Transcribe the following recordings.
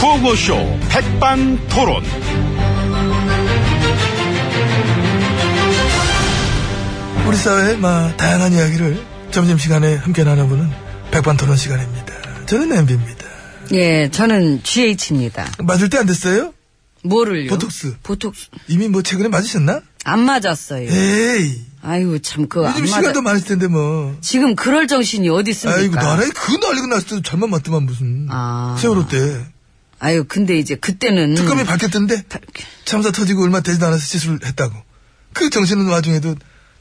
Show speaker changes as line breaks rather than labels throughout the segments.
구호쇼 백반 토론.
우리 사회의 마, 다양한 이야기를 점심시간에 함께 나눠보는 백반토론 시간입니다. 저는 MB입니다.
예, 저는 GH입니다.
맞을 때 안 됐어요?
뭐를요?
보톡스.
보톡스.
이미 뭐 최근에 맞으셨나?
안 맞았어요.
에이.
아이고, 참, 그, 예. 안
예. 요즘
맞아.
시간도 많을 텐데 뭐.
지금 그럴 정신이 어디 있습니까?
아이고 나라에 그 난리가 났을 때도 잘만 맞더만 무슨.
아.
세월호 때.
아유, 근데 이제 그때는.
특검이 밝혔던데 참사 터지고 얼마 되지도 않아서 시술했다고. 그 정신은 와중에도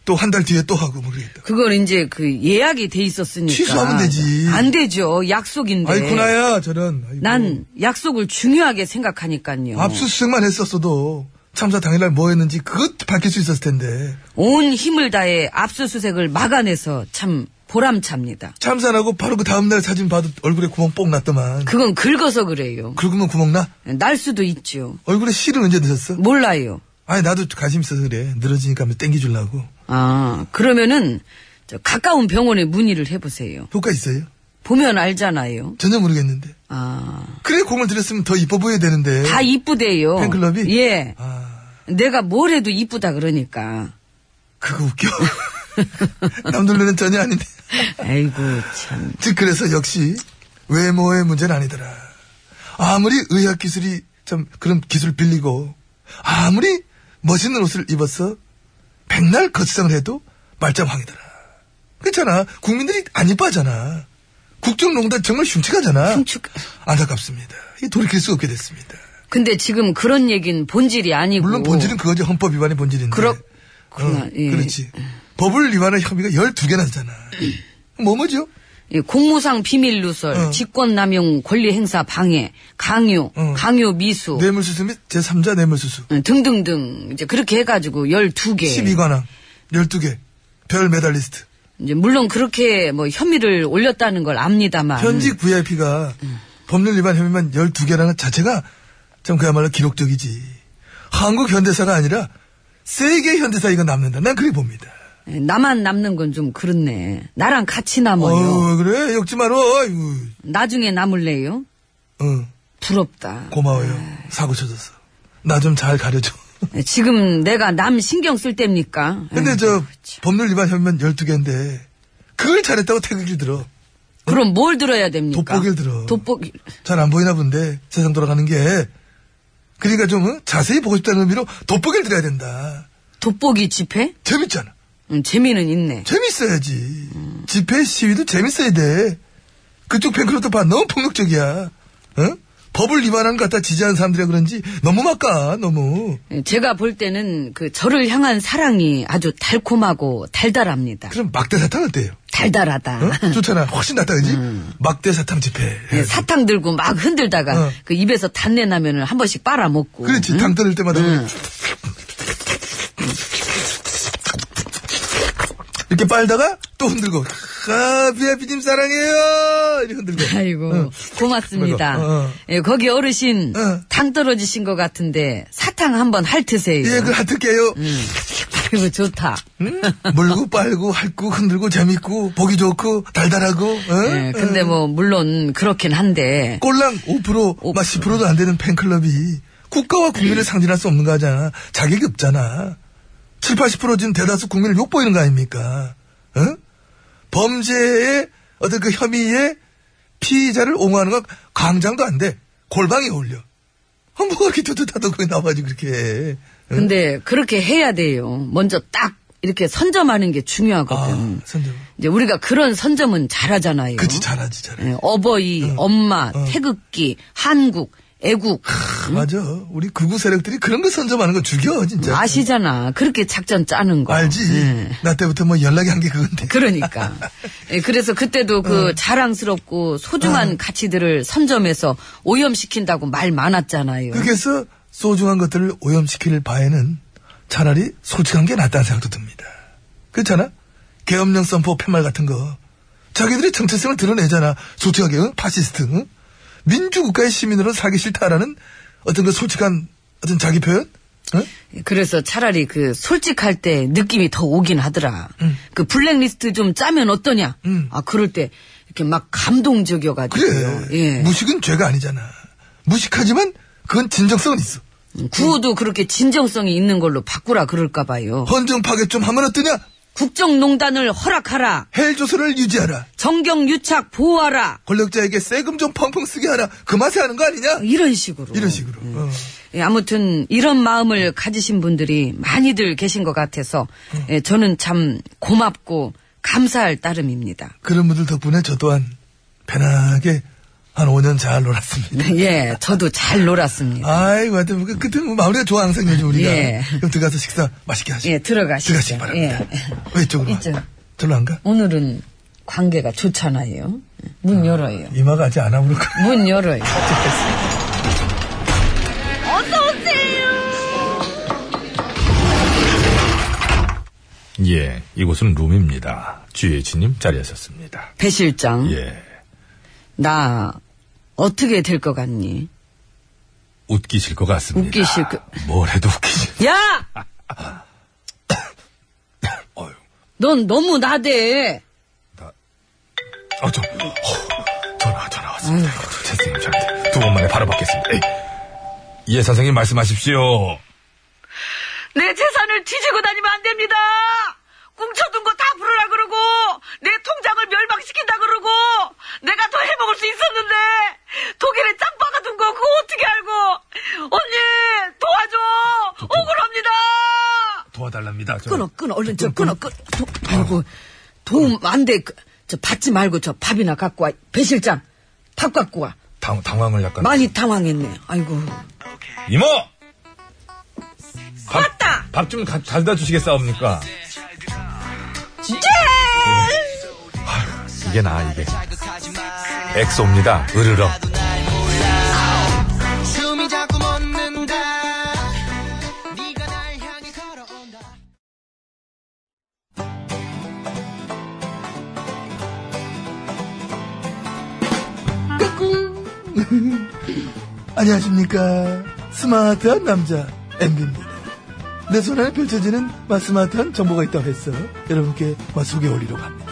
또 한 달 뒤에 또 하고 뭐 그러겠다.
그걸 이제 그 예약이 돼 있었으니까.
취소하면 되지.
안 되죠. 약속인데.
아이 구나야 저런. 아이고.
네. 난 약속을 중요하게 생각하니까요.
압수수색만 했었어도 참사 당일날 뭐 했는지 그것 밝힐 수 있었을 텐데
온 힘을 다해 압수수색을 막아내서 참 보람찹니다.
참사나고 바로 그 다음날 사진 봐도 얼굴에 구멍 뽕 났더만
그건 긁어서 그래요.
긁으면 구멍 나?
날 수도 있죠.
얼굴에 실은 언제 넣었어?
몰라요.
아니 나도 관심 있어서 그래 늘어지니까 한번 땡겨주려고
아, 그러면은 저 가까운 병원에 문의를 해보세요.
효과 있어요?
보면 알잖아요.
전혀 모르겠는데
아,
그래 공을 들였으면 더 이뻐 보여야 되는데
다 이쁘대요.
네. 팬클럽이?
예.
아
내가 뭘 해도 이쁘다 그러니까.
그거 웃겨 남들 눈엔 전혀 아닌데
아이고, 참.
즉 그래서 역시 외모의 문제는 아니더라. 아무리 의학 기술이 참 그런 기술 빌리고 아무리 멋있는 옷을 입었어 백날 거치장을 해도 말짱황이더라. 그렇잖아 국민들이 안 이뻐하잖아. 국정농단 정말 흉측하잖아.
흉측.
안타깝습니다. 이 돌이킬 수 없게 됐습니다.
근데 지금 그런 얘기는 본질이 아니고.
물론 본질은 그거지 헌법 위반의 본질인데. 어,
그렇- 그렇구나. 예.
그렇지. 법을 위반한 혐의가 12개나 되잖아. 뭐 뭐죠?
이 예, 공무상 비밀 누설,
어.
직권남용 권리행사 방해, 강요,
어.
강요 미수
뇌물수수 및 제3자 뇌물수수.
어, 등등등 이제 그렇게 해가지고 12개.
12관왕, 12개, 별 메달리스트.
이제 물론 그렇게 뭐 혐의를 올렸다는 걸 압니다만.
현직 VIP가
음.
법률 위반 혐의만 12개라는 자체가 참 그야말로 기록적이지. 한국 현대사가 아니라 세계 현대사 이건 남는다. 난 그렇게 봅니다.
예, 나만 남는 건 좀 그렇네. 나랑 같이 남아요.
어우, 그래? 욕지 마라. 아이고.
나중에 남을래요?
어,
부럽다.
고마워요.
네.
사고 쳐줘서. 나 좀 잘 가려줘.
예, 지금 내가 남 신경 쓸 때입니까? 예, 뭐,
근데
에이,
저
참.
법률 위반 혐의만 12개인데 그걸 잘했다고 태극기를 들어.
그럼 뭘 들어야 됩니까?
돋보기를 들어.
돋보기.
잘 안 보이나 본데 세상 돌아가는 게 그러니까 좀 어? 자세히 보고 싶다는 의미로 돋보기를 드려야 된다
돋보기 집회?
재밌잖아
음, 재미는 있네.
재밌어야지 집회 시위도 재밌어야 돼 그쪽 팬클럽도 봐 너무 폭력적이야 어? 법을 위반한 것 같다 지지하는 사람들이라 그런지 너무 막가 너무
예, 제가 볼 때는 그 저를 향한 사랑이 아주 달콤하고 달달합니다.
그럼 막대 사탕 어때요?
달달하다.
어? 좋잖아 훨씬 낫다 그지? 막대 사탕 집회
예, 사탕 들고 막 흔들다가
어.
그 입에서 단내 나면은 한 번씩 빨아 먹고.
그렇지 당 떨릴 때마다
네.
그렇게 이렇게 빨다가 또 흔들고 아 비아비님 사랑해요 이렇게 흔들고
아이고
응.
고맙습니다.
그리고, 어, 어.
예, 거기 어르신
어.
당 떨어지신 것 같은데 사탕 한번 핥으세요.
예, 그 하트 깨요.
네. 아이고 좋다.
물고 빨고 핥고 흔들고 재밌고 보기 좋고 달달하고. 어?
예, 근데
어.
뭐 물론 그렇긴 한데
꼴랑 5%, 막 10%도 안 되는 팬클럽이 국가와 국민을 상징할 수 없는 거 하잖아. 자격이 없잖아. 7, 80% 지금 대다수 국민을 욕보이는 거 아닙니까? 어? 범죄의 어떤 그 혐의에 피의자를 옹호하는 건 광장도 안 돼. 골방에 어울려. 아, 뭐가 이렇게 뚜뚜하다 거기 나와가지고 그렇게 해. 어?
근데 그렇게 해야 돼요. 먼저 딱 이렇게 선점하는 게
아,
중요하거든.
선정.
이제 우리가 그런 선점은 잘하잖아요.
그치, 잘하지, 잘해.
예, 어버이, 엄마,
응.
태극기, 한국, 애국
맞아. 우리 극우 세력들이 그런 거 선점하는 거 죽여, 진짜.
아시잖아. 그렇게 작전 짜는 거.
알지?
예.
나 때부터 뭐 연락이 한 게 그건데.
그러니까. 예, 그래서 그때도 그
네.
자랑스럽고 소중한 가치들을 선점해서 오염시킨다고 말
예.
많았잖아요.
그렇게 해서 소중한 것들을 오염시킬 바에는 차라리 솔직한 게 낫다는 생각도 듭니다. 그렇잖아? 계엄령 선포 팻말 같은 거. 자기들의 정체성을 드러내잖아. 솔직하게, 응? 파시스트, 응? 민주국가의 시민으로 살기 싫다라는 어떤 그 솔직한 어떤 자기 표현? 응?
예, 그래서 차라리 그 솔직할 때 느낌이 더 오긴 하더라. 그 블랙리스트 좀 짜면 어떠냐?
음.
아, 그럴 때 이렇게 막 감동적이어가지고.
그래.
예.
무식은 죄가 아니잖아. 무식하지만 그건 진정성은 있어.
구호도 그렇게 진정성이 있는 걸로 바꾸라 그럴까 봐요.
헌정 파괴 좀 하면 어떠냐?
국정농단을 허락하라.
헬 조선을 유지하라.
정경 유착 보호하라.
권력자에게 세금 좀 펑펑 쓰게 하라. 그 맛에 하는 거 아니냐?
이런 식으로.
이런 식으로. 어.
예, 아무튼 이런 마음을 가지신 분들이 많이들 계신 것 같아서 예, 저는 참 고맙고 감사할 따름입니다.
그런 분들 덕분에 저 또한 편하게 한 5년 잘 놀았습니다.
예, 저도 잘 놀았습니다.
아이고, 하여튼, 그, 그때 뭐 마무리가 좋아, 항상 요즘 우리가.
예.
그럼 들어가서 식사 맛있게 하시죠.
예, 들어가시죠.
들어가시기 바랍니다.
예.
왜 이쪽으로?
이쪽.
와? 저로 안 가?
오늘은 관계가 좋잖아요. 문 열어요.
이마가 아직 안 아무렇고.
문 열어요.
예, 이곳은 룸입니다. GH님 자리하셨습니다.
배 실장,
예,
나 어떻게 될 것 같니?
웃기실 것 같습니다.
웃기실 것-
뭘 해도 웃기실.
야!
어휴,
넌 너무 나대.
아, 저, 허, 전화, 전화 왔습니다. 선생님, 저한테 두 번만에 바로 받겠습니다. 에이. 예, 선생님 말씀하십시오.
내 재산을 뒤지고 다니면 안 됩니다. 꽁쳐둔 거 다 부르라 그러고 내 통장을 멸망시킨다 그러고 내가 더 해먹을 수 있었는데 독일에 짱 박아둔 거 그거 어떻게 알고 언니 도와줘 억울합니다.
도와달랍니다. 저.
끊어 끊어 얼른 저 끊어 끊어 도, 아이고 도움 안돼저 받지 말고 저 밥이나 갖고 와 배 실장 밥 갖고 와
당, 당황을 약간.
많이 당황했네 아이고
이모! 밥,
왔다!
밥좀 달다 주시겠사옵니까?
진짜 네.
이게 나, 이게. 엑소입니다. 으르렁.
숨이 자꾸 멎는다 네가 날 향해 걸어온다
안녕하십니까. 스마트한 남자, MB입니다. 내 손안에 펼쳐지는 마, 스마트한 정보가 있다고 해서 여러분께 마, 소개해드리려고 합니다.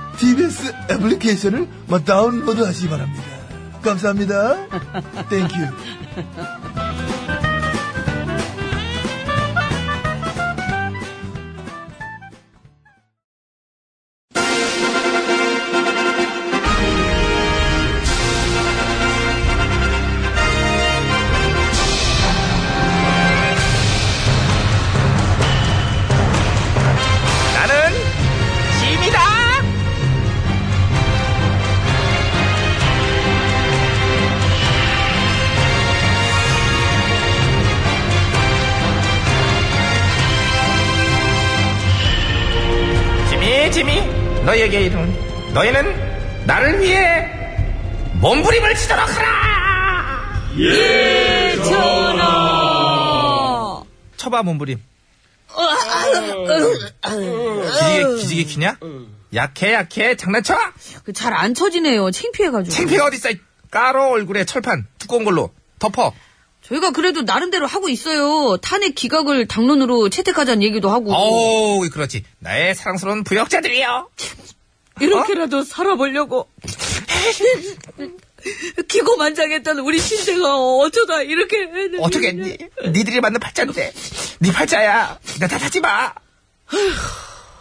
TBS 애플리케이션을 막 다운로드 하시기 바랍니다. 감사합니다. 땡큐.
나는 짐이다. 짐이 짐이 너에게 이르는 너희는 나를 위해 몸부림을 치도록 하라.
전하!
쳐봐 몸부림. 기지개 기지개 키냐? 약해 약해 장난쳐.
그 잘안 쳐지네요. 창피해가지고.
창피가 어딨어 이 까로 얼굴에 철판 두꺼운 걸로 덮어
저희가 그래도 나름대로 하고 있어요. 탄핵 기각을 당론으로 채택하자는 얘기도 하고.
어우 그렇지 나의 사랑스러운 부역자들이여
이렇게라도 살아보려고 기고만장했던 우리 신세가 어쩌다 이렇게
어떻게 했니 니들이 만든 팔자인데 니 팔자야 나 탓하지마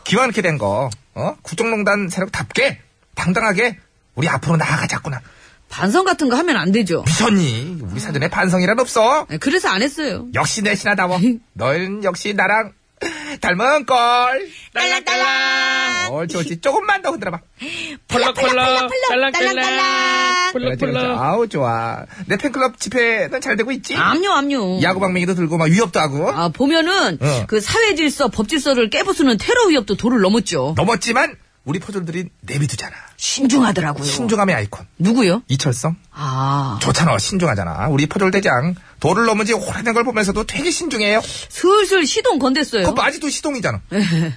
기왕 이렇게 된거 어? 국정농단 세력답게 당당하게 우리 앞으로 나아가자꾸나
반성 같은 거 하면 안 되죠. 네,
미쳤니 우리 사전에 반성이란 없어
그래서 안 했어요.
역시 내 신하다워 너는 역시 나랑 닮은걸 딸랑딸랑 옳지 옳지 조금만 더 흔들어봐
폴락폴락 딸랑딸랑
그렇지, 그렇지.
폴락폴락
아우 좋아 내 팬클럽 집회는 잘 되고 있지
압류 압류.
야구 방맹이도 들고 막 위협도 하고
아 보면은
어.
그 사회 질서 법 질서를 깨부수는 테러 위협도 도를 넘었죠.
넘었지만 우리 퍼즐들이 내비두잖아.
신중하더라고요.
신중함의 아이콘.
누구요?
이철성?
아,
좋잖아. 신중하잖아. 우리 퍼즐대장. 도를 넘은지 오래된 걸 보면서도 되게 신중해요.
슬슬 시동 건댔어요. 네. 예,
그거 아직도 시동이잖아.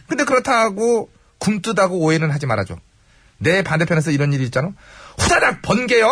근데 그렇다고 굼뜨다고 오해는 하지 말아줘. 내 반대편에서 이런 일이 있잖아. 후다닥 번개요.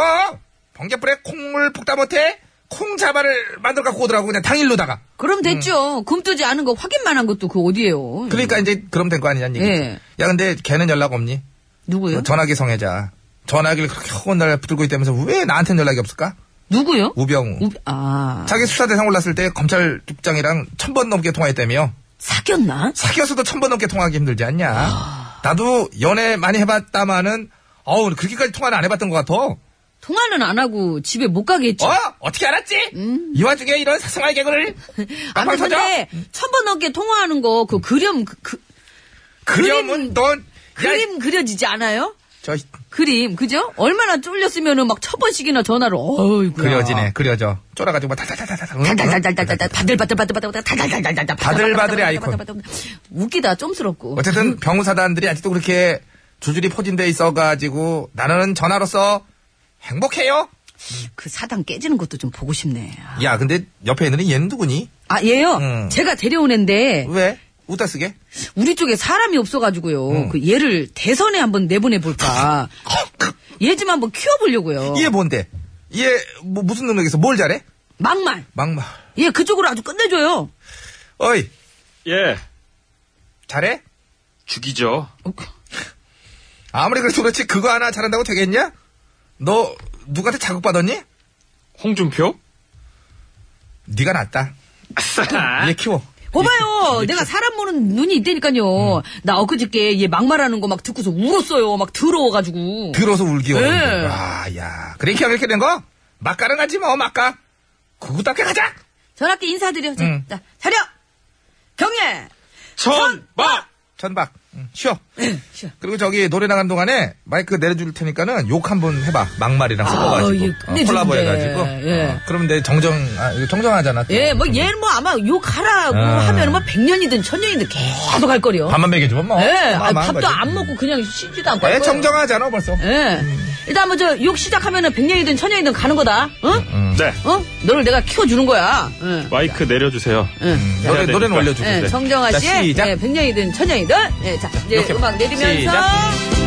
번개불에 콩을 볶다 못해 콩 자발을 만들어 갖고 오더라고 그냥 당일로다가.
그럼 됐죠. 굼뜨지 않은 거 확인만 한 것도 그 어디예요?
음. 그러니까 이제 그럼 된 거 아니냐는 얘기지.
예.
야 근데 걔는 연락 없니?
누구요?
전화기 성애자. 전화기를 그렇게 허건 날 붙들고 있다면서 왜 나한테는 연락이 없을까?
누구요?
우병우.
우- 아
자기 수사 대상 올랐을 때 검찰 국장이랑 천 번 넘게 통화했다며.
사귀었나?
사귀었어도 천 번 넘게 통화하기 힘들지
아.
않냐. 나도 연애 많이 해봤다마는, 어우, 그렇게까지 통화는 안 해봤던 것 같아. 어?
통화는 안 하고 집에 못 가게 했죠.
어떻게 알았지? 이 와중에 이런 사생활 개그를.
음. 아무튼
빵빵 터져?
근데 천 번 넘게 통화하는 거 그 그림 그, 그-
그림은
그림-
넌, 야,
그림 그려지지 않아요?
저,
그림 그죠? 얼마나 쫄렸으면은 막 천 번씩이나 전화를 어이구
그려지네, 그려져. 쫄아가지고 막 달달달달달. 응?
달달달달달달 바들바들바들바들 달달달달달
바들바들의 아이콘.
웃기다 쫌스럽고
어쨌든 병우사단들이 아직도 그렇게 줄줄이 포진돼 있어가지고 나는 전화로서 행복해요.
그 사당 깨지는 것도 좀 보고 싶네
야, 근데 옆에 있는 얘는 누구니?
아 얘요
음.
제가 데려온 앤데
왜? 웃다 쓰게?
우리 쪽에 사람이 없어가지고요
음.
그 얘를 대선에 한번 내보내 볼까 얘 좀 한번 키워보려고요
얘 뭔데? 얘 뭐, 무슨 능력에서 뭘 잘해?
막말
막말.
얘 그쪽으로 아주 끝내줘요
어이,
예,
잘해?
죽이죠.
아무리 그래도 그렇지 그거 하나 잘한다고 되겠냐? 너 누구한테 자극받았니?
홍준표?
네가 낫다.
아싸.
얘 뭐- 키워.
봐봐요. 내가 사람 보는 눈이 있다니까요.
음.
나 엊그저께 얘 막말하는 거 막 듣고서 울었어요. 막 더러워가지고.
들어서 울기
네.
어려운데. 와, 야. 그래, 키가 이렇게 된 거? 막가는 가지 뭐, 막가. 그거답게 가자!
전학기 인사드려. 자,
응.
자, 자려! 경례!
천박!
전박. 응, 쉬어.
예, 쉬어.
그리고 저기 노래 나간 동안에 마이크 내려줄 테니까는 욕 한번 해봐. 막말이랑 섞어가지고.
예,
어,
끝내주는데.
콜라보 해가지고.
예.
어, 그러면 내 정정, 아, 이거 정정하잖아. 또.
예, 뭐, 얘는 뭐 아마 욕하라고
아.
하면 뭐 백년이든 천년이든 계속 할 거려.
밥만 먹여주면 뭐.
예,
막-
아니,
막
밥도
거지.
안 먹고 그냥 쉬지도 않고. 할
예,
거예요.
정정하잖아, 벌써.
예. 일단 뭐 저 욕 시작하면은 백년이든 천년이든 가는 거다.
음,
응?
네,
어? 너를 내가 키워주는 거야. 응.
마이크 내려주세요.
응.
노래,
해야 되니까.
노래는 올려주고.
예,
네.
정정아
자,
씨의
음. 시작.
예, 백년이든 천년이든 예, 자 이제
이렇게
음악 내리면서
시작.